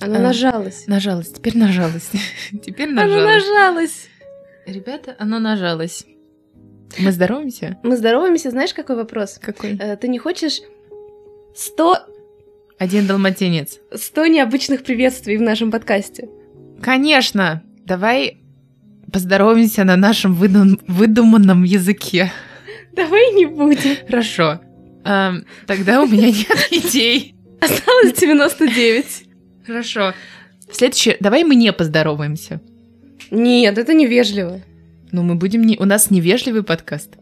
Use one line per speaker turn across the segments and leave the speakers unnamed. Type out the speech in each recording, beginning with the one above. Она
А,
нажалась.
Нажалась, теперь нажалась. Теперь
Она
нажалась.
нажалась.
Ребята, оно нажалось. Мы здороваемся?
Мы здороваемся, знаешь, какой вопрос?
Какой?
Э, Ты не хочешь 100,
Один долматинец.
100 необычных приветствий в нашем подкасте?
Конечно! Давай поздороваемся на нашем выдум- выдуманном языке.
Давай не будем.
Хорошо. Ам, тогда у меня нет идей.
Осталось 99.
Хорошо. В следующий... Давай мы не поздороваемся.
Нет, это невежливо.
Ну, мы будем... Не... У нас невежливый подкаст.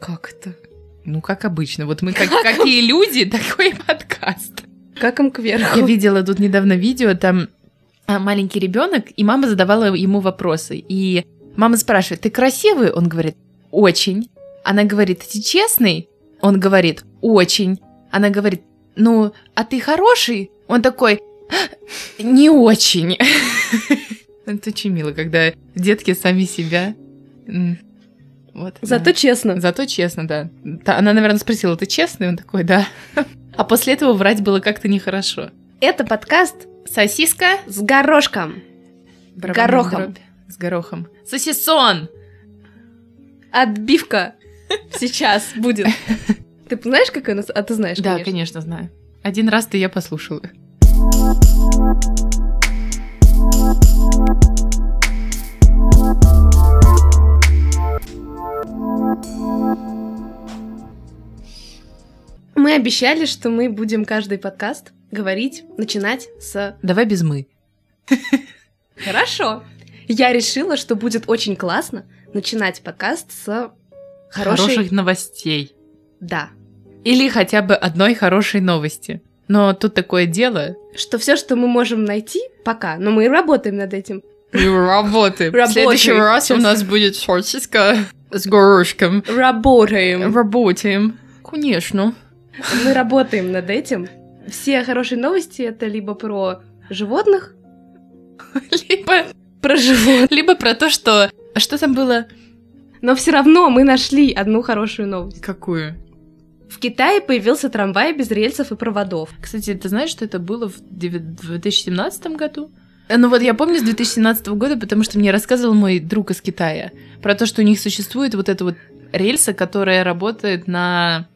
Как это?
Ну, как обычно. Вот мы как, какие люди, такой и подкаст.
Как им кверху?
Я видела тут недавно видео, там а, маленький ребенок, и мама задавала ему вопросы. И мама спрашивает, ты красивый? Он говорит, очень. Она говорит, ты честный? Он говорит, очень. Она говорит, ну, а ты хороший? Он такой, «А, не очень. Это очень мило, когда детки сами себя... м, Вот,
Зато
да.
честно.
Зато честно, да. Та- Она, наверное, спросила, ты честный? Он такой, да. А после этого врать было как-то нехорошо.
Это подкаст
Сосиска
с горошком.
Барабанная
горохом.
дробь. С горохом. Сосисон!
Отбивка сейчас будет. Ты знаешь, какой у нас? А ты знаешь,
Да, конечно, знаю. Один раз-то я послушала.
Мы обещали, что мы будем каждый подкаст говорить, начинать с
Давай без мы.
«хорошо». Я решила, что будет очень классно начинать подкаст с хорошей...
Хороших новостей.
Да.
Или хотя бы одной хорошей новости. Но тут такое дело.
Что все, что мы можем найти пока, но мы и работаем над этим.
И работаем. В следующий
Работаем.
раз у нас будет сосиска с горошком.
Работаем.
Работаем. Конечно.
Мы работаем над этим. Все хорошие новости — это либо про животных,
Либо,
про животных,
либо про то, что... А что там было?
Но все равно мы нашли одну хорошую новость.
Какую?
В Китае появился трамвай без рельсов и проводов.
Кстати, ты знаешь, что это было в девя- 2017 году? Э, Ну вот я помню с 2017 года, потому что мне рассказывал мой друг из Китая про то, что у них существует вот эта вот рельса, которая работает на...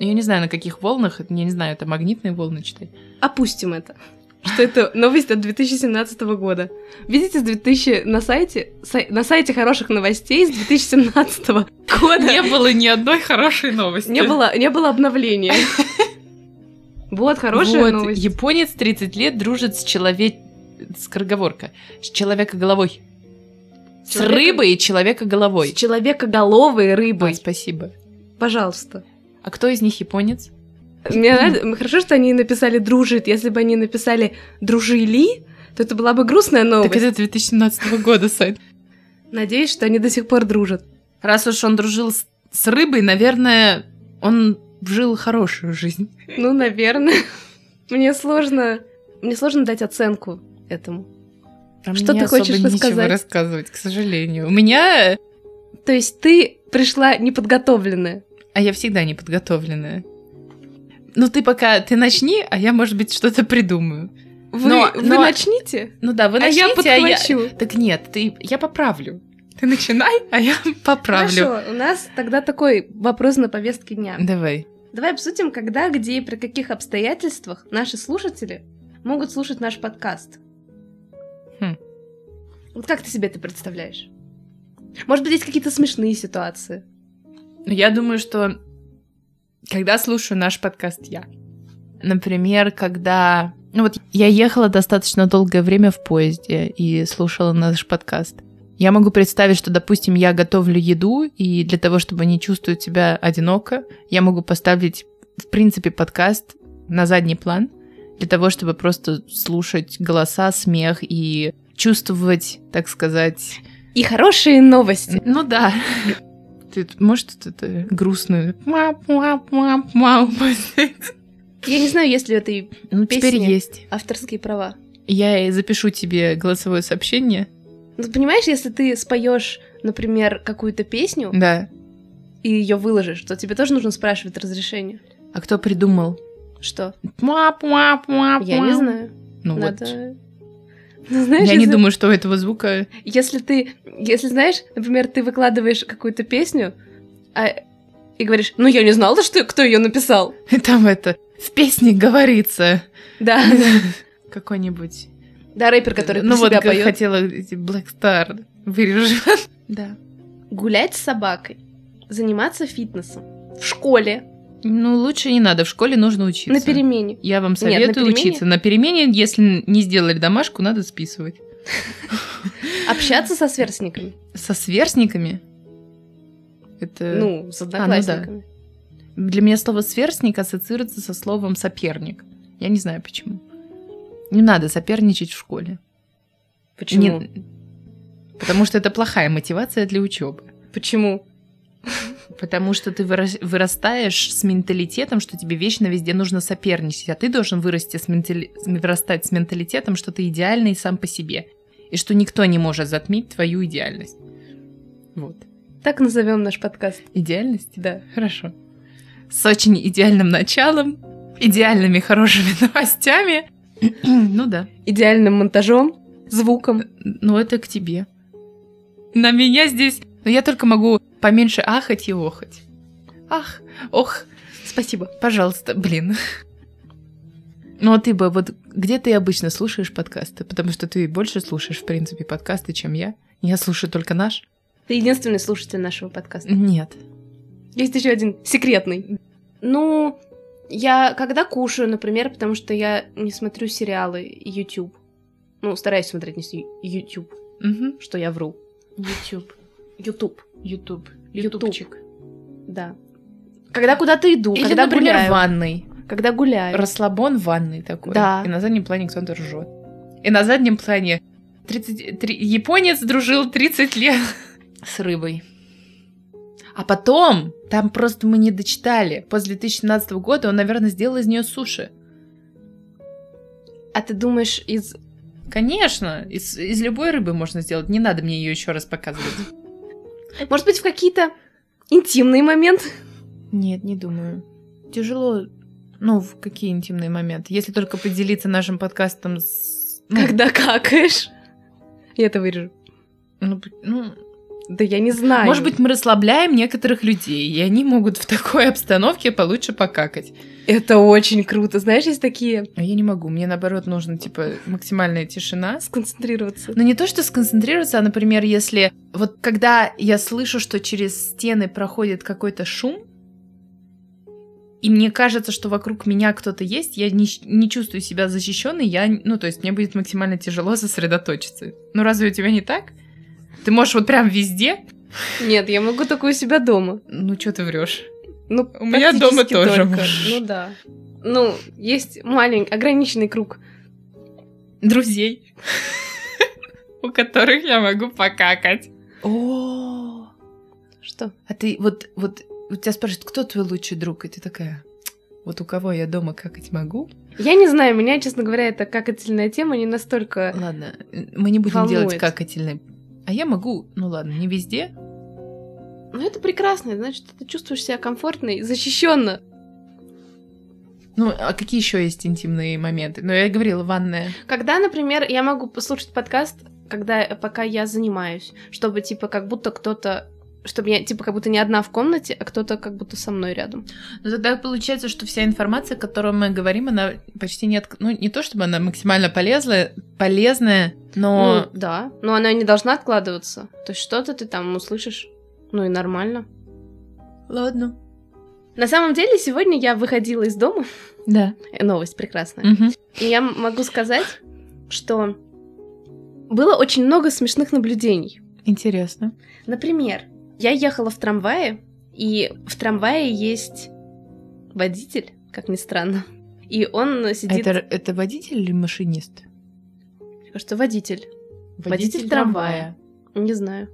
ну, Я не знаю, на каких волнах, это, я не знаю, это магнитные волны, что ли?
Опустим это. Что это новость от 2017 года. Видите, с 2000 на сайте, сай- на сайте хороших новостей с 2017 года
Не было ни одной хорошей новости.
не было, не было обновления. Вот хорошая
Вот,
новость.
японец 30 лет дружит с человек... Скороговорка. С человека головой. С
Человека-
рыбой и человека
С
головой.
человекоголовой рыбой.
Ой, спасибо.
Пожалуйста.
А кто из них японец?
Мне нравится- хорошо, что они написали «дружит». Если бы они написали «дружили», то это была бы грустная новость.
Так это 2017 года сайт.
Надеюсь, что они до сих пор дружат.
Раз уж он дружил с, с рыбой, наверное, он жил хорошую жизнь.
Ну, наверное. Мне сложно... Мне сложно дать оценку этому. Что ты хочешь
нечего
рассказать?
рассказывать, к сожалению. У меня...
То есть ты пришла неподготовленная.
А я всегда неподготовленная. Ну ты пока... Ты начни, а я, может быть, что-то придумаю.
Вы,
Но-
вы
но-
начните,
Ну да, вы
а я
начните, а я-
подхвачу.
Так нет, ты... я поправлю. Ты начинай, а я поправлю.
Хорошо, у нас тогда такой вопрос на повестке дня.
Давай.
Давай обсудим, когда, где и при каких обстоятельствах наши слушатели могут слушать наш подкаст.
Хм.
Вот как ты себе это представляешь? Может быть, есть какие-то смешные ситуации?
Ну, я думаю, что когда слушаю наш подкаст я, например, когда... Ну вот я ехала достаточно долгое время в поезде и слушала наш подкаст. Я могу представить, что, допустим, я готовлю еду, и для того, чтобы не чувствовать себя одиноко, я могу поставить, в принципе, подкаст на задний план, для того, чтобы просто слушать голоса, смех и чувствовать, так сказать,
И хорошие новости.
ну да. Ты т- можешь тут это грустную? мап, мап, мап, мап, поставить?
Я не знаю, есть ли у этой
Ну,
Песни.
теперь есть.
авторские права.
Я и запишу тебе голосовое сообщение.
Ну, ты понимаешь, если ты споешь, например, какую-то песню
Да.
и ее выложишь, то тебе тоже нужно спрашивать разрешение.
А кто придумал?
Что?
Мап, мап, мап,
Я не
мап.
знаю.
А Ну
Надо...
вот.
Ну, знаешь,
я не
если-
думаю, что у этого звука...
Если ты, если знаешь, например, ты выкладываешь какую-то песню, а- и говоришь, ну я не знала, что кто ее написал.
Там это... В песне говорится.
Да,
Какой-нибудь...
да, рэпер, который
Ну
про
вот,
себя
как
поет.
хотела эти Black Star. Вырежу. Да.
Гулять с собакой, заниматься фитнесом в школе
Ну, лучше не надо. В школе нужно учиться.
на перемене.
Я вам
Нет, на
советую
перемене.
учиться. На перемене, если не сделали домашку, надо списывать.
Общаться со сверстниками.
Со сверстниками? Это...
Ну, с одноклассниками.
Для меня слово «сверстник» ассоциируется со словом «соперник». Я не знаю, почему. Не надо соперничать в школе.
Почему?
Не- Потому что это плохая мотивация для учебы.
Почему?
Потому что ты вырос- вырастаешь с менталитетом, что тебе вечно везде нужно соперничать, а ты должен вырасти с ментали- с- вырастать с менталитетом, что ты идеальный сам по себе, и что никто не может затмить твою идеальность. Вот.
Так назовем наш подкаст.
Идеальность?
Да.
Хорошо. С очень идеальным началом, идеальными хорошими новостями. Ну да.
Идеальным монтажом, звуком.
Ну это к тебе. На меня здесь... Но я только могу поменьше ахать и охать. Ах, ох,
Спасибо.
пожалуйста, блин. Ну а ты бы, вот где ты обычно слушаешь подкасты? Потому что ты больше слушаешь, в принципе, подкасты, чем я. Я слушаю только наш.
Ты единственный слушатель нашего подкаста.
Нет.
Есть еще один секретный. Ну, я когда кушаю, например, потому что я не смотрю сериалы и YouTube. Ну, стараюсь смотреть не с ю- YouTube,
Мгм.
что я вру.
YouTube.
YouTube,
YouTube.
Ютуб.
Ютубчик.
да. Когда куда-то иду,
Или,
когда
например,
гуляю.
в ванной.
Когда гуляю.
Расслабон в ванной такой.
Да.
И на заднем плане кто-то ржет. И на заднем плане 30 три- японец дружил 30 лет с рыбой. А потом, там просто мы не дочитали. После 2017 года он, наверное, сделал из нее суши.
А ты думаешь из...
Конечно, из, из любой рыбы можно сделать. Не надо мне ее еще раз показывать.
Может быть, в какие-то интимные моменты?
Нет, не думаю. Тяжело. Ну, в какие интимные моменты? Если только поделиться нашим подкастом с... ну,
Когда какаешь? Я это вырежу.
ну, ну,
Да я не знаю.
Может быть, мы расслабляем некоторых людей, и они могут в такой обстановке получше покакать.
Это очень круто. Знаешь, есть такие...
А я не могу, мне наоборот нужна, типа, максимальная тишина.
Сконцентрироваться.
Но не то, что сконцентрироваться, а, например, если... Вот когда я слышу, что через стены проходит какой-то шум, и мне кажется, что вокруг меня кто-то есть, я не, щ- не чувствую себя защищенной, я, ну, то есть мне будет максимально тяжело сосредоточиться. Ну, разве у тебя не так? Ты можешь вот прям везде?
Нет, я могу такое у себя дома.
Ну, что ты врешь?
Ну,
У меня дома
практически
тоже
только.
можешь.
Ну да. Ну, есть маленький, ограниченный круг.
друзей, у которых я могу покакать. О,
Что?
а ты вот, вот у тебя спрашивают, кто твой лучший друг, и ты такая, вот у кого я дома какать могу?
Я не знаю, меня, честно говоря, эта какательная тема не настолько...
Ладно, мы не будем делать
Волнует.
какательный. А я могу, ну ладно, не везде.
Ну, это прекрасно, значит, ты чувствуешь себя комфортно и защищенно.
Ну, а какие еще есть интимные моменты? Ну, я говорила, ванная.
Когда, например, я могу послушать подкаст, когда, пока я занимаюсь, чтобы, типа, как будто кто-то... Чтобы я, типа, как будто не одна в комнате, а кто-то как будто со мной рядом.
Ну, тогда получается, что вся информация, о которой мы говорим, она почти не... отк- Ну, не то чтобы она максимально полезная, полезная но...
Ну, да. Но она не должна откладываться. То есть что-то ты там услышишь. Ну и нормально.
Ладно.
На самом деле, сегодня я выходила из дома.
Да.
Э, Новость прекрасная.
Мгм.
И я м- могу сказать, что было очень много смешных наблюдений.
Интересно. А
Например, я ехала в трамвае, и в трамвае есть водитель, как ни странно. И он
А
сидит...
Это, это водитель или машинист?
Мне кажется, водитель. Водитель Не знаю.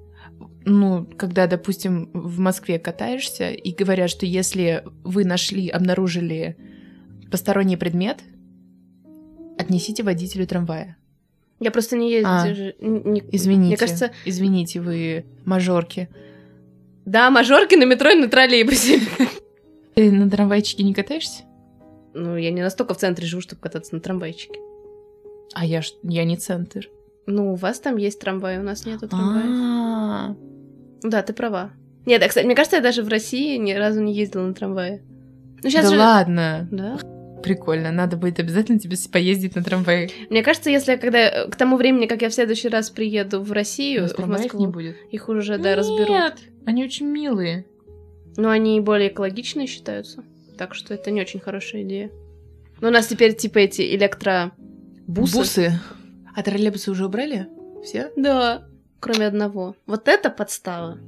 Ну, когда, допустим, в Москве катаешься и говорят, что если вы нашли, обнаружили посторонний предмет, отнесите водителю трамвая.
Я просто не ездила.
А, Извините.
Мне кажется,
Извините, вы мажорки.
да, мажорки на метро и на троллейбусе.
Ты на трамвайчике не катаешься?
Ну, я не настолько в центре живу, чтобы кататься на трамвайчике.
А я ж я не центр.
Ну, у вас там есть трамвай, у нас нету трамвая.
А,
Да, ты права. Нет, а, кстати, мне кажется, я даже в России ни разу не ездила на трамвае. Ну, сейчас
да
же...
ладно.
Да.
Прикольно. Надо будет обязательно тебе с- поездить на трамвае.
Мне кажется, если я когда э, к тому времени, как я в следующий раз приеду в Россию,
У нас
в
трамваев
Москву,
не будет.
их уже да разберут.
Нет, они очень милые.
Но они более экологичные считаются, так что это не очень хорошая идея. Но у нас теперь типа эти электробусы.
А троллейбусы уже убрали? Все?
Да. Кроме одного. Вот это подстава.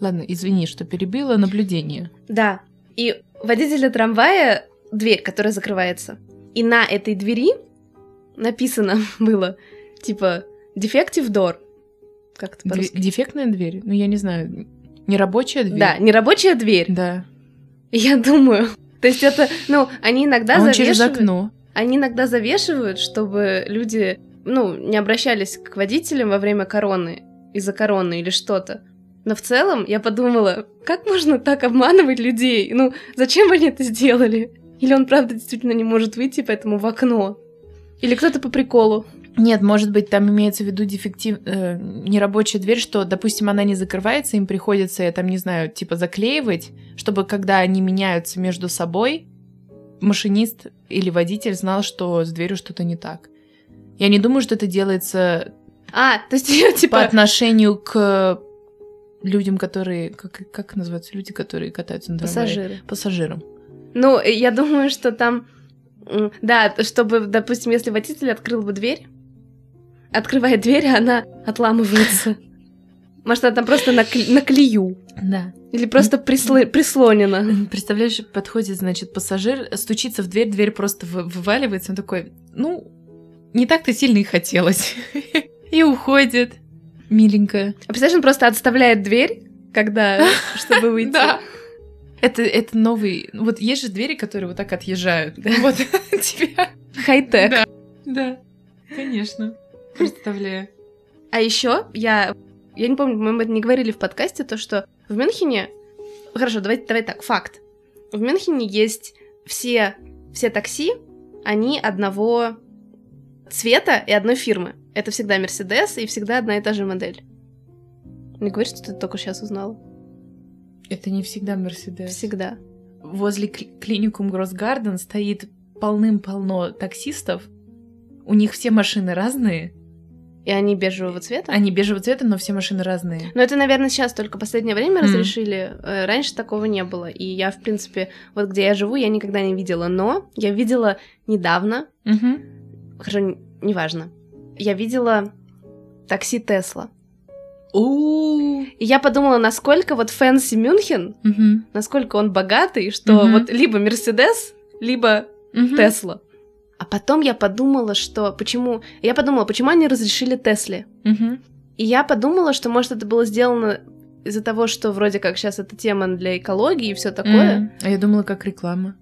Ладно, извини, что перебила наблюдение.
Да. И водителя трамвая дверь, которая закрывается. И на этой двери написано было, типа, дефектив door. Как это
Дверь-
по-русски?
дефектная дверь? Ну, я не знаю. Нерабочая дверь?
Да, нерабочая дверь.
Да.
Я думаю. То есть это, ну, они иногда
а он через
завешивают-
окно.
Они иногда завешивают, чтобы люди, ну, не обращались к водителям во время короны, из-за короны или что-то. Но в целом я подумала, как можно так обманывать людей? Ну, зачем они это сделали? Или он, правда, действительно не может выйти, поэтому в окно? Или кто-то по приколу?
Нет, может быть, там имеется в виду дефектив... э, нерабочая дверь, что, допустим, она не закрывается, им приходится, я там не знаю, типа заклеивать, чтобы когда они меняются между собой, машинист или водитель знал, что с дверью что-то не так. Я не думаю, что это делается
А, то есть её,
по
типа...
отношению к людям, которые... Как, как называются люди, которые катаются на трамвае?
Пассажиры.
Пассажирам.
Ну, э, я думаю, что там... м, Да, т- чтобы, допустим, если водитель открыл бы дверь, открывает дверь, а она отламывается. Может, она там просто на, кл- на клею.
Да.
Или просто присло- прислонена.
Представляешь, подходит, значит, пассажир, стучится в дверь, дверь просто вы- вываливается, он такой, ну, не так-то сильно и хотелось. И уходит. Миленько.
А представляешь, он просто отставляет дверь, когда... чтобы выйти.
Да. Это, это новый... Вот есть же двери, которые вот так отъезжают. Вот тебя.
Хай-тек.
Да. Да, конечно. Представляю.
А еще я... Я не помню, мы это не говорили в подкасте, то, что в Мюнхене... Хорошо, давай, давай так, факт. В Мюнхене есть все, все такси, они одного цвета и одной фирмы. Это всегда Мерседес и всегда одна и та же модель. Не говори, что ты только сейчас узнала.
Это не всегда Мерседес.
Всегда.
возле кли- клиникум Гроссгарден стоит полным-полно таксистов. У них все машины разные.
И они бежевого цвета.
Они бежевого цвета, но все машины разные.
Но это, наверное, сейчас только последнее время
Мгм.
разрешили. Э, Раньше такого не было. И я, в принципе, вот где я живу, я никогда не видела. Но я видела недавно, хорошо, н- неважно, я видела такси Тесла.
У-у-у.
И я подумала, насколько вот фэнси Мюнхен,
Мгм.
насколько он богатый, что
Мгм.
вот либо Мерседес, либо
Мгм.
Тесла. А потом я подумала, что почему... Я подумала, почему они разрешили Тесле?
Мгм.
И я подумала, что, может, это было сделано из-за того, что вроде как сейчас это тема для экологии и все такое.
М. А я думала, как реклама.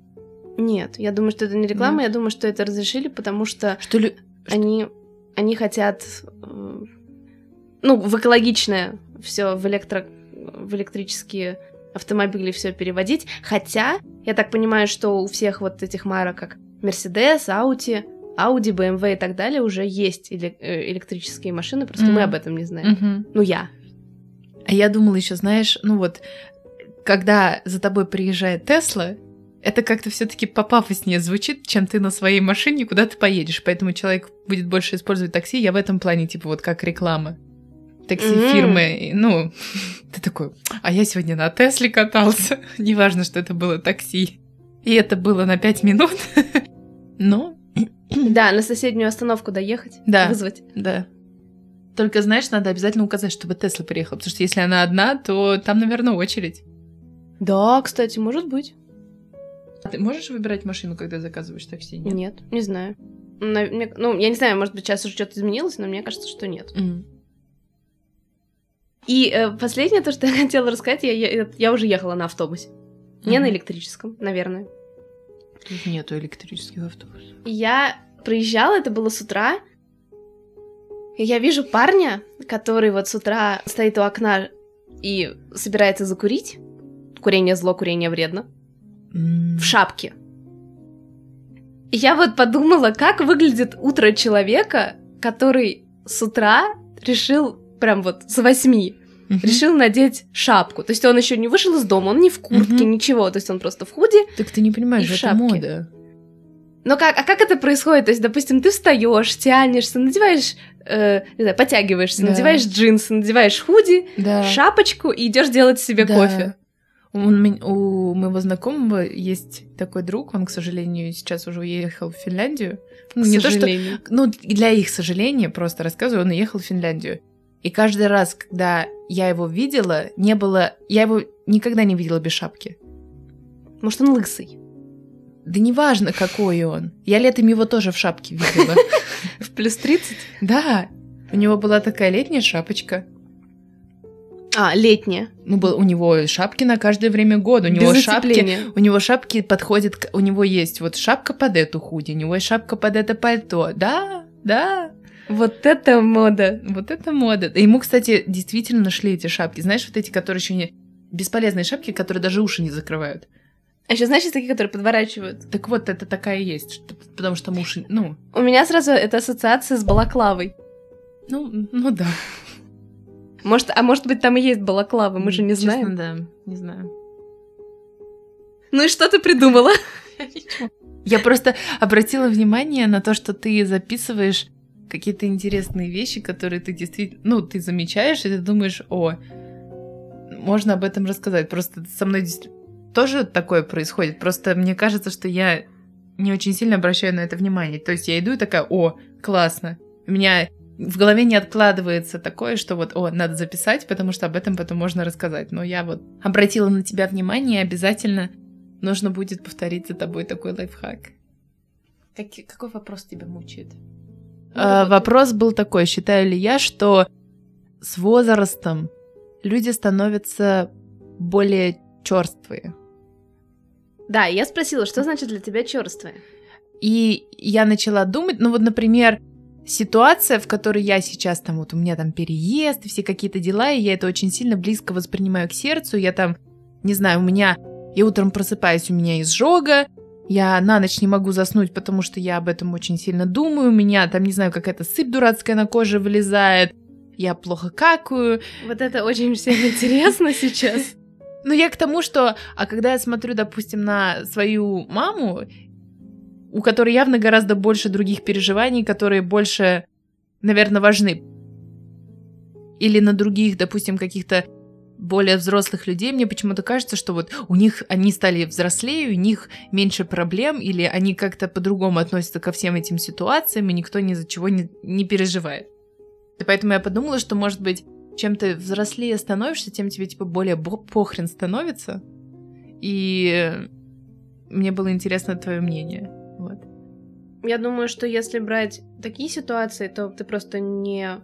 Нет, я думаю, что это не реклама,
Нет.
я думаю, что это разрешили, потому что
Что лю-
они, они хотят, э, ну, в экологичное все, в, электро... в электрические автомобили все переводить. Хотя, я так понимаю, что у всех вот этих марок, как Mercedes, Audi, Audi, BMW и так далее, уже есть эле- э, электрические машины, просто мы
Мгм.
об этом не знаем.
Мгм.
Ну, я.
А я думала еще, знаешь, ну вот, когда за тобой приезжает Тесла, это как-то все-таки попафоснее звучит, чем ты на своей машине куда-то поедешь. Поэтому человек будет больше использовать такси. Я в этом плане, типа, вот как реклама.
М.
Такси-фирмы. И, Ну, ты такой, а я сегодня на Тесле катался. Неважно, что это было такси. И это было на пять минут. Но,
Да, на соседнюю остановку доехать,
Да.
вызвать.
да. Только, знаешь, надо обязательно указать, чтобы Тесла приехала. Потому что если она одна, то там, наверное, очередь.
Да, кстати, может быть.
А Ты можешь выбирать машину, когда заказываешь такси?
Нет, не знаю. На- мне- ну, я не знаю, может быть, сейчас уже что-то изменилось, но мне кажется, что нет.
М.
И э, последнее, то, что я хотела рассказать, я, я- я уже ехала на автобусе. Не на
Мгм.
электрическом, наверное.
Тут нету электрических автобусов.
И Я проезжала, это было с утра. И я вижу парня, который вот с утра стоит у окна и собирается закурить. Курение зло, курение вредно. в шапке. Я вот подумала, как выглядит утро человека, который с утра решил прям вот с восьми решил надеть шапку. То есть он еще не вышел из дома, он не в куртке,
Мгм.
ничего. То есть он просто в худи,
Так ты не понимаешь,
И в
это
шапке.
мода.
Но как, а как это происходит? То есть, допустим, ты встаешь, тянешься, надеваешь, э, не знаю, подтягиваешься,
Да.
надеваешь джинсы, надеваешь худи,
Да.
шапочку и идешь делать себе
Да.
кофе.
Он мен- у моего знакомого есть такой друг, он, к сожалению, сейчас уже уехал в Финляндию. Ну,
К
не то, что...
сожалению.
Ну, для их сожаления, просто рассказываю, он уехал в Финляндию. И каждый раз, когда я его видела, не было... Я его никогда не видела без шапки.
Может, он лысый.
Да неважно, какой он. Я летом его тоже в шапке видела.
В плюс 30.
Да, у него была такая летняя шапочка.
А, летняя.
Ну, был, у него шапки на каждое время года. У него
без
шапки
отепления.
У него шапки подходят, к- у него есть вот шапка под эту худи, у него есть шапка под это пальто. Да, да,
Вот это мода.
вот это мода. И Ему, кстати, действительно нашли эти шапки. Знаешь, вот эти, которые еще не... Бесполезные шапки, которые даже уши не закрывают.
А еще, знаешь, есть такие, которые подворачивают.
Так вот, это такая есть, что- потому что там уши... Ну,
У меня сразу это ассоциация с балаклавой.
ну, ну да.
Может, а может быть, там и есть балаклава, мы же не
Честно,
знаем.
да, не знаю.
Ну и что ты придумала?
Я просто обратила внимание на то, что ты записываешь какие-то интересные вещи, которые ты действительно, ну, ты замечаешь, и ты думаешь, о, можно об этом рассказать. Просто со мной действ- тоже такое происходит. Просто мне кажется, что я не очень сильно обращаю на это внимание. То есть я иду и такая, о, классно. У меня в голове не откладывается такое, что вот, о, надо записать, потому что об этом потом можно рассказать. Но я вот обратила на тебя внимание, и обязательно нужно будет повторить за тобой такой лайфхак. какой вопрос тебя мучает? А, вопрос был такой, считаю ли я, что с возрастом люди становятся более черствые.
Да, я спросила, что значит для тебя черствое?
И я начала думать, ну вот, например, ситуация, в которой я сейчас там, вот у меня там переезд и все какие-то дела, и я это очень сильно близко воспринимаю к сердцу, я там, не знаю, у меня, я утром просыпаюсь, у меня изжога, я на ночь не могу заснуть, потому что я об этом очень сильно думаю, у меня там, не знаю, какая-то сыпь дурацкая на коже вылезает, я плохо какаю,
Вот это очень всем интересно сейчас.
Ну, я к тому, что... А когда я смотрю, допустим, на свою маму, у которой явно гораздо больше других переживаний, которые больше, наверное, важны. Или на других, допустим, каких-то более взрослых людей, мне почему-то кажется, что вот у них они стали взрослее, у них меньше проблем, или они как-то по-другому относятся ко всем этим ситуациям, и никто ни за чего не, не переживает. И поэтому я подумала, что, может быть, чем ты взрослее становишься, тем тебе типа более бо- похрен становится. И мне было интересно твое мнение. Вот.
Я думаю, что если брать такие ситуации, то ты просто не...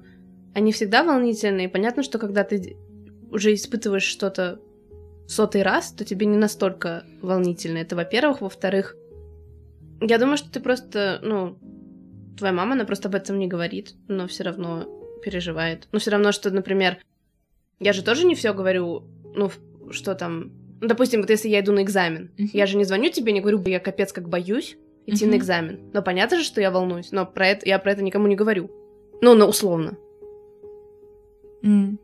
Они всегда волнительные. Понятно, что когда ты д- уже испытываешь что-то сотый раз, то тебе не настолько волнительно. Это, во-первых. Во-вторых, я думаю, что ты просто, ну, твоя мама, она просто об этом не говорит, но все равно переживает. Но все равно, что, например, я же тоже не все говорю, ну, в- что там... Ну, допустим, вот если я иду на экзамен,
Мгм.
я же не звоню тебе, не говорю, я капец как боюсь, идти на
Мгм.
экзамен. Но понятно же, что я волнуюсь, но про это я про это никому не говорю. Ну, ну, условно.
Ну,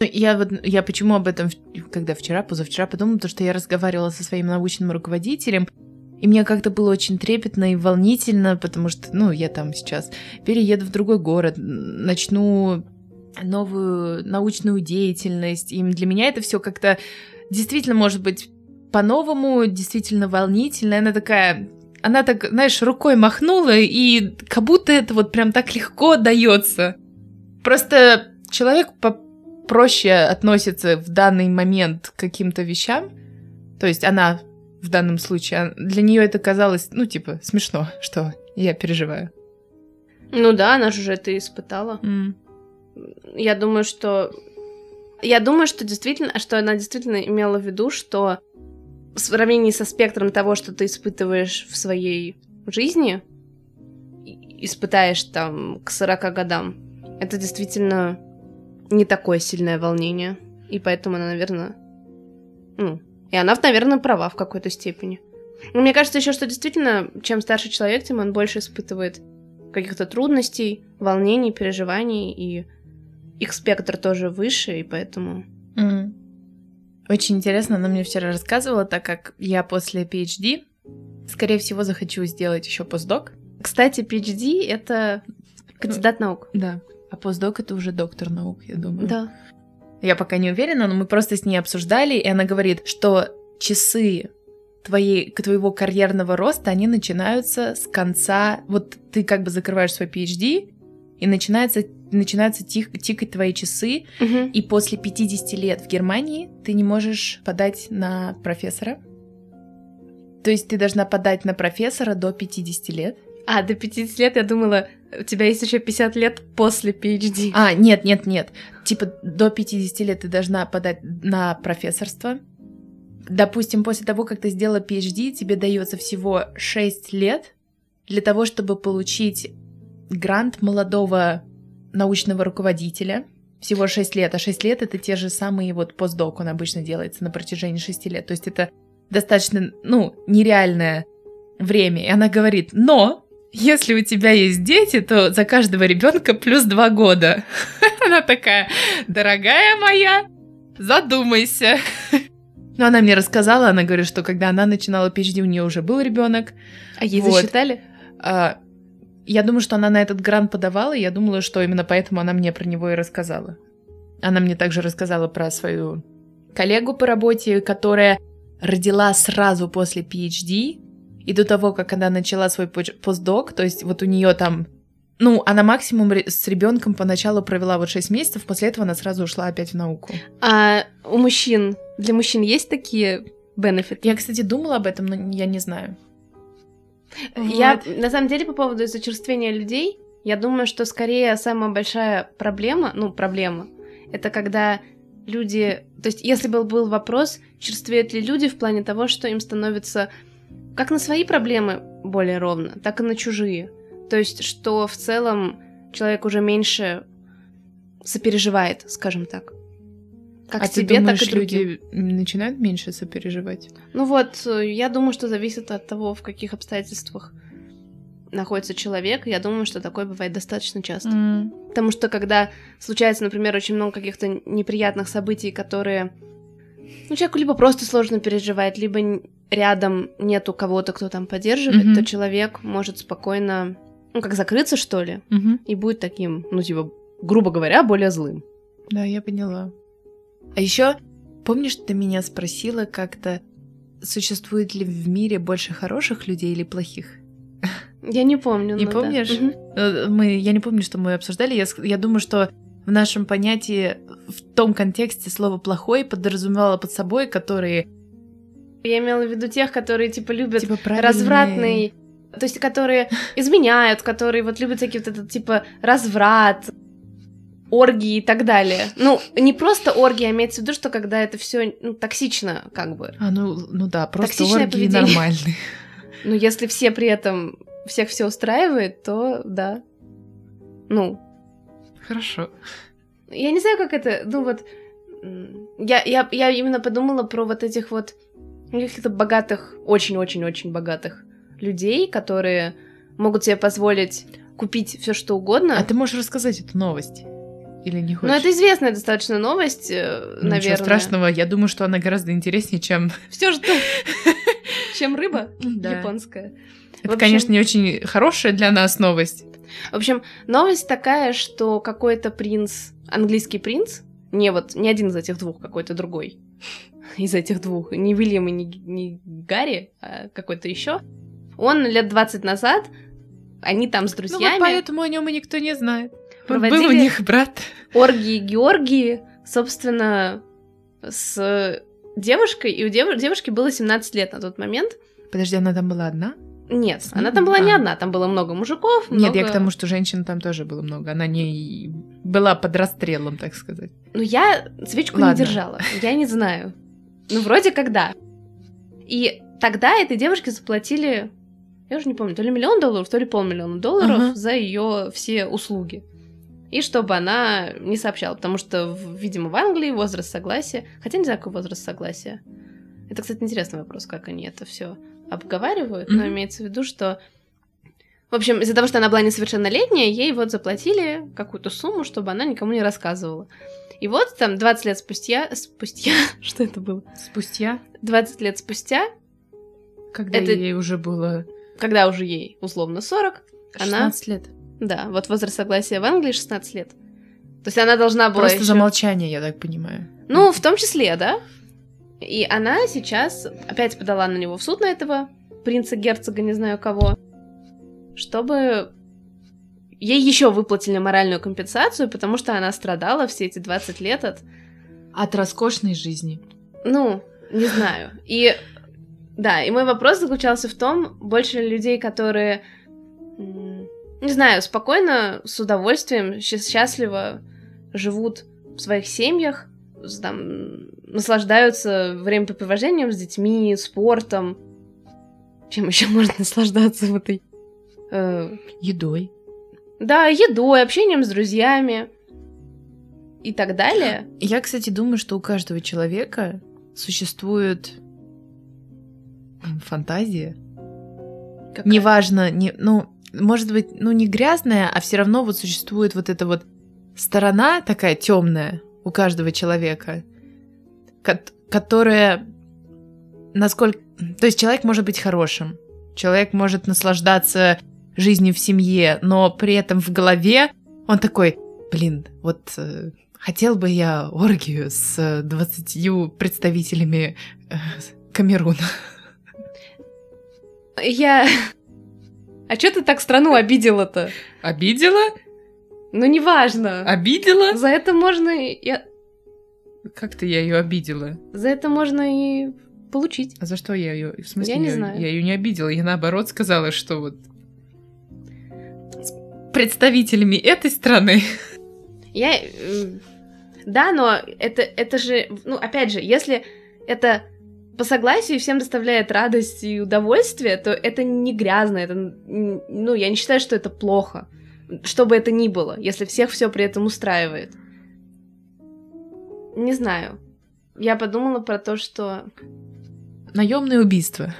Я вот я почему об этом, в- когда вчера, позавчера подумала, то, что я разговаривала со своим научным руководителем, и мне как-то было очень трепетно и волнительно, потому что, ну, я там сейчас перееду в другой город, н- начну новую научную деятельность, и для меня это все как-то действительно может быть по-новому, действительно волнительно. И Она такая, она так, знаешь, рукой махнула, и как будто это вот прям так легко дается. Просто человек проще относится в данный момент к каким-то вещам. То есть она в данном случае, а, для нее это казалось, ну, типа, смешно, что я переживаю.
Ну да, она же уже это испытала. Я думаю, что... Я думаю, что действительно, что она действительно имела в виду, что в сравнении со спектром того, что ты испытываешь в своей жизни, и- испытаешь там к 40 годам, это действительно не такое сильное волнение. И поэтому она, наверное... Ну, и она, наверное, права в какой-то степени. Ну, Мне кажется еще, что действительно, чем старше человек, тем он больше испытывает каких-то трудностей, волнений, переживаний, и их спектр тоже выше, и поэтому...
Мгм. Очень интересно, она мне вчера рассказывала, так как я после PhD, скорее всего, захочу сделать еще постдок.
Кстати, PhD — это кандидат наук.
Ну, Да. А постдок это уже доктор наук, я думаю.
Ну, Да.
Я пока не уверена, но мы просто с ней обсуждали, и она говорит, что часы твоей, к- твоего карьерного роста, они начинаются с конца... Вот ты как бы закрываешь свой PhD, и начинается, начинаются тих- тикать твои часы,
Мгм.
и после 50 лет в Германии ты не можешь подать на профессора. То есть ты должна подать на профессора до 50 лет.
А, до 50 лет я думала, у тебя есть еще 50 лет после PhD.
А, нет, нет, нет. Типа до 50 лет ты должна подать на профессорство. Допустим, после того, как ты сделала PhD, тебе дается всего 6 лет для того, чтобы получить грант молодого научного руководителя. Всего 6 лет, а 6 лет это те же самые вот постдок, он обычно делается на протяжении 6 лет. То есть это достаточно, ну, нереальное время. И она говорит, но если у тебя есть дети, то за каждого ребенка плюс два года. Она такая, дорогая моя, задумайся. Но она мне рассказала, она говорит, что когда она начинала PhD, у нее уже был ребенок.
А ей
Вот.
засчитали?
А, Я думаю, что она на этот грант подавала, и я думала, что именно поэтому она мне про него и рассказала. Она мне также рассказала про свою коллегу по работе, которая родила сразу после PhD, и до того, как она начала свой поч- постдок, то есть вот у нее там, ну, она максимум ре- с ребенком поначалу провела вот 6 месяцев, после этого она сразу ушла опять в науку.
А у мужчин, для мужчин есть такие бенефиты?
Я, кстати, думала об этом, но я не знаю.
Я,
Вот.
на самом деле, по поводу зачерствения людей, я думаю, что скорее самая большая проблема, ну, проблема, это когда люди... То есть, если бы был вопрос, черствеют ли люди в плане того, что им становится как на свои проблемы более ровно, так и на чужие. То есть, что в целом человек уже меньше сопереживает, скажем так. Как
а ты
себе,
думаешь,
так и другим.
люди начинают меньше сопереживать?
Ну вот, э, я думаю, что зависит от того, в каких обстоятельствах находится человек. Я думаю, что такое бывает достаточно часто. Потому что когда случается, например, очень много каких-то неприятных событий, которые ну, человеку либо просто сложно переживать, либо н- рядом нету кого-то, кто там поддерживает,
Мгм.
то человек может спокойно, ну, как закрыться, что ли,
Мгм.
и будет таким, ну, типа, грубо говоря, более злым.
Да, я поняла. А еще, помнишь, ты меня спросила как-то, существует ли в мире больше хороших людей или плохих?
Я не помню.
Не
но да.
помнишь?
Мгм.
Э, Мы, я не помню, что мы обсуждали. Я, ск- я думаю, что в нашем понятии, в том контексте слово «плохой» подразумевало под собой, которые
Я имела в виду тех, которые, типа, любят
типа правильные.
развратный, то есть которые изменяют, которые вот любят всякие вот этот типа разврат, оргии и так далее. Ну, не просто оргии, а имеется в виду, что когда это все токсично, как бы.
А, ну, ну да, просто
Токсичное
оргии
поведение.
нормальные.
Но если все при этом всех все устраивает, то да. Ну,
Хорошо.
Я не знаю, как это, ну вот, м, я, я, я именно подумала про вот этих вот ну, каких-то богатых, очень-очень-очень богатых людей, которые могут себе позволить купить все что угодно.
А Ну, ты можешь рассказать эту новость? Или не хочешь?
Но это известная достаточно новость, э,
Ну,
наверное.
Ничего страшного, я думаю, что она гораздо интереснее, чем...
Все что, чем рыба
Да.
японская.
Это,
В общем-
конечно, не очень хорошая для нас новость. Ну
В общем, новость такая, что какой-то принц, английский принц, не вот, не один из этих двух, какой-то другой, из этих двух, не Уильям и не, Г- не Гарри, а какой-то еще, он лет 20 назад, они там с
Ну
друзьями
вот поэтому о нем и никто не знает. Вот Был у
Проводили-
них брат.
оргии Георгии, собственно, с девушкой, и у дев- девушки было 17 лет на тот момент.
Подожди, она там была одна?
Нет,
С
она
ним?
там была не
А.
одна, там было много мужиков,
Нет, я
много-
к тому, что женщин там тоже было много. Она не была под расстрелом, так сказать.
Ну, я свечку не
Ладно.
держала, я не знаю. Ну, вроде как да. И тогда этой девушке заплатили, я уже не помню, то ли миллион долларов, то ли полмиллиона долларов
Ага.
за ее все услуги. И чтобы она не сообщала, потому что, в- видимо, в Англии возраст согласия, хотя не знаю, какой возраст согласия. Это, кстати, интересный вопрос, как они это все обговаривают, но
Мгм.
имеется в виду, что... В общем, из-за того, что она была несовершеннолетняя, ей вот заплатили какую-то сумму, чтобы она никому не рассказывала. И вот там 20 лет спустя... Спустя? Что это было?
Спустя,
20 лет спустя,
когда
Это-
ей уже было
когда уже ей условно 40, Она
16 лет.
да, вот возраст согласия в Англии 16 лет. То есть она должна была
Просто
ещё-
за молчание, я так понимаю.
Ну, в том числе, да. И она сейчас опять подала на него в суд на этого принца-герцога, не знаю кого, чтобы ей еще выплатили моральную компенсацию, потому что она страдала все эти 20 лет от...
От роскошной жизни.
Ну, не знаю. И да, и мой вопрос заключался в том, больше ли людей, которые, м, не знаю, спокойно, с удовольствием, сч- счастливо живут в своих семьях, с- там, м, наслаждаются времяпрепровождением с детьми, спортом. Чем еще можно наслаждаться в этой... э,
Едой.
да, едой, общением с друзьями и так далее.
Я, кстати, думаю, что у каждого человека существует м, фантазия. Неважно, не, ну, может быть, ну не грязная, а все равно вот существует вот эта вот сторона такая темная у каждого человека, кот- которая насколько... То есть человек может быть хорошим, человек может наслаждаться жизнью в семье, но при этом в голове он такой, блин, вот э, хотел бы я оргию с э, 20 представителями э, Камеруна.
Я... А чё ты так страну обидела-то?
Обидела?
Ну, неважно.
Обидела?
За это можно и...
Как-то я ее обидела.
За это можно и получить.
А за что я ее? В смысле,
Я не
её-
знаю.
Я ее не обидела. Я наоборот сказала, что вот с представителями этой страны.
Я... э, Да, но это, это же... Ну, опять же, если это по согласию и всем доставляет радость и удовольствие, то это не грязно, это... н- Ну, я не считаю, что это плохо. Что бы это ни было, если всех все при этом устраивает. Не знаю. Я подумала про то, что
Наемное убийство.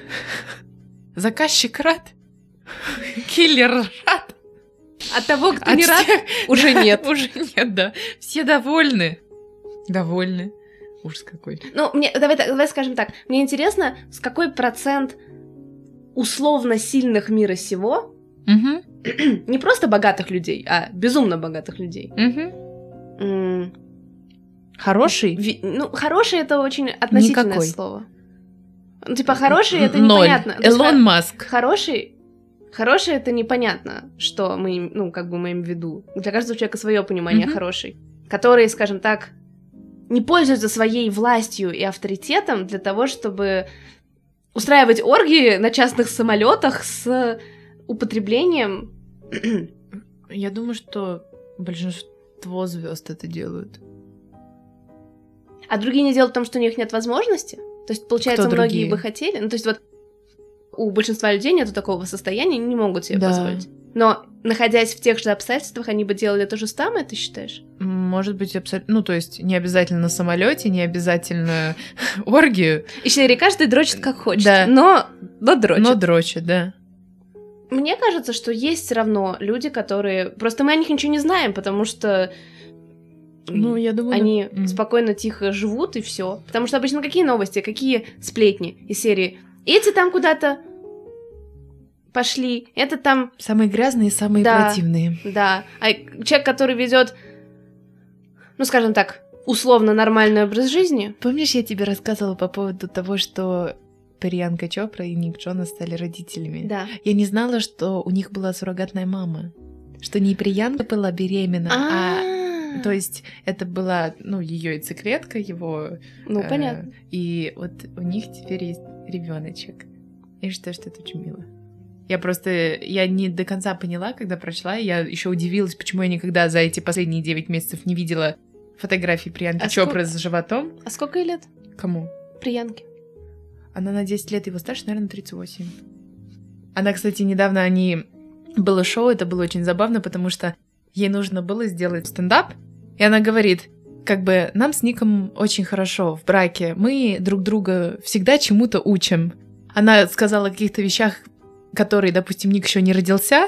Заказчик рад. Киллер рад.
От того, кто
От
не рад,
всех-
уже нет.
Уже нет, да. Все довольны. Довольны. Ужас какой.
Ну, мне, давай, так- давай скажем так. Мне интересно, с какой процент условно сильных мира сего,
Угу.
не просто богатых людей, а безумно богатых людей.
Угу.
М,
Хороший?
ви- ну, хорошие это очень относительное
Никакой.
слово. Ну, типа, хорошие это
Ноль.
непонятно. То есть
Элон
хо-
Маск.
Хороший, хороший это непонятно, что мы, им- ну, как бы мы им в виду. Для каждого человека свое понимание
Мгм.
хороший. Которые, скажем так, не пользуются своей властью и авторитетом для того, чтобы устраивать оргии на частных самолетах с употреблением.
Я думаю, что большинство звезд это делают.
А другие не делают в том, что у них нет возможности. То есть, получается,
Кто
многие
другие?
бы хотели. Ну, то есть, вот у большинства людей нету такого состояния, они не могут себе
Да.
позволить. Но, находясь в тех же обстоятельствах, они бы делали то же самое, ты считаешь?
Может быть, абсолютно. Ну, то есть, не обязательно на самолете, не обязательно оргию,
И Шерри каждый дрочит как хочет,
Да.
но, но дрочит.
но дрочит, да.
Мне кажется, что есть все равно люди, которые... Просто мы о них ничего не знаем, потому что
Ну, я думаю,
они
да. М.
спокойно, тихо живут и все. Потому что обычно какие новости, какие сплетни из серии? Эти там куда-то пошли, это там
самые грязные, самые
Да.
противные.
Да. А человек, который ведет, ну скажем так, условно нормальный образ жизни.
Помнишь, я тебе рассказывала по поводу того, что Приянка Чопра и Ник Джона стали родителями?
Да.
Я не знала, что у них была суррогатная мама, что не Приянка была беременна, а
А.
то есть это была, ну, ее яйцеклетка, его
Ну,
Э,
понятно.
И вот у них теперь есть ребеночек. Я считаю, что это очень мило. Я просто, я не до конца поняла, когда прочла, и я еще удивилась, почему я никогда за эти последние 9 месяцев не видела фотографии Приянки
А
Чопры
сколько-
с животом.
А сколько ей лет?
Кому?
Приянки.
Она на 10 лет его старше, наверное, 38. Она, кстати, недавно они... Было шоу, это было очень забавно, потому что ей нужно было сделать стендап, и она говорит, как бы, нам с Ником очень хорошо в браке, мы друг друга всегда чему-то учим. она сказала о каких-то вещах, которые, допустим, Ник еще не родился,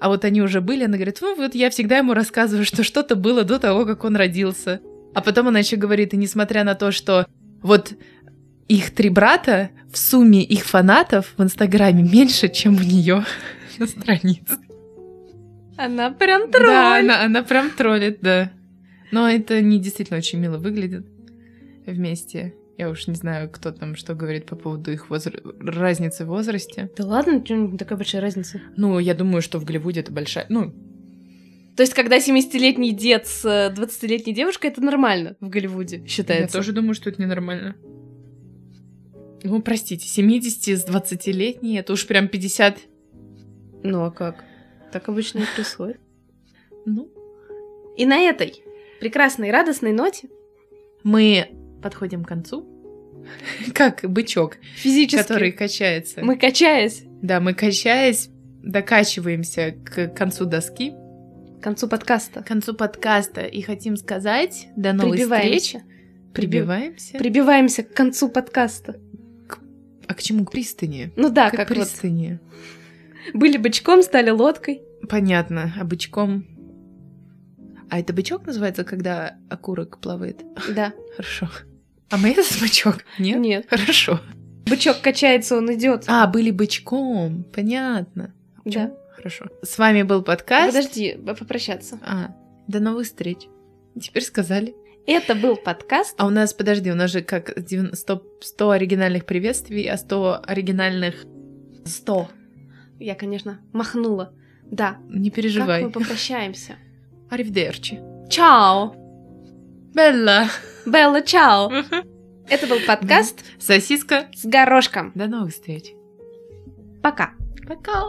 а вот они уже были, она говорит, ну вот я всегда ему рассказываю, что что-то было до того, как он родился. А потом она еще говорит, и несмотря на то, что вот их три брата, в сумме их фанатов в Инстаграме меньше, чем у нее на странице.
Она прям тролль.
Да, она, она прям троллит, да. Но это не действительно очень мило выглядит вместе. Я уж не знаю, кто там что говорит по поводу их возра- разницы в возрасте.
Да ладно, чё не такая большая разница.
Ну, я думаю, что в Голливуде это большая... Ну,
То есть, когда 70-летний дед с э, 20-летней девушкой, это нормально в Голливуде,
я
считается.
тоже думаю, что это ненормально. Ну, простите, 70 с 20-летней, это уж прям 50...
Ну а как? Так обычно и происходит.
Ну,
И на этой прекрасной радостной ноте
мы подходим к концу. Как бычок,
физически
который качается.
мы, качаясь
Да, мы качаясь, докачиваемся к концу доски,
к концу
к
подкаста
концу подкаста и хотим сказать до новой
прибиваемся.
встречи. Прибиваемся.
Прибиваемся к концу подкаста.
А к чему? К пристани.
Ну да,
К
как, вот
пристани.
были бычком, стали лодкой.
Понятно. А бычком... А это бычок называется, когда окурок плавает?
Да.
Хорошо. А мы это бычок? Нет?
Нет.
Хорошо.
Бычок качается, он идет.
А, были бычком. Понятно. А
да.
Хорошо. С вами был подкаст.
Подожди, б- попрощаться.
А, до новых встреч. Теперь сказали.
Это был подкаст.
А у нас, подожди, у нас же как 90 100, 100 оригинальных приветствий, а 100 оригинальных... 100.
Я, конечно, махнула. Да.
Не переживай.
Как мы попрощаемся?
Аривдерчи.
Чао!
Белла.
Белла, чао! Это был подкаст
Сосиска.
с горошком.
До новых встреч.
Пока!
Пока.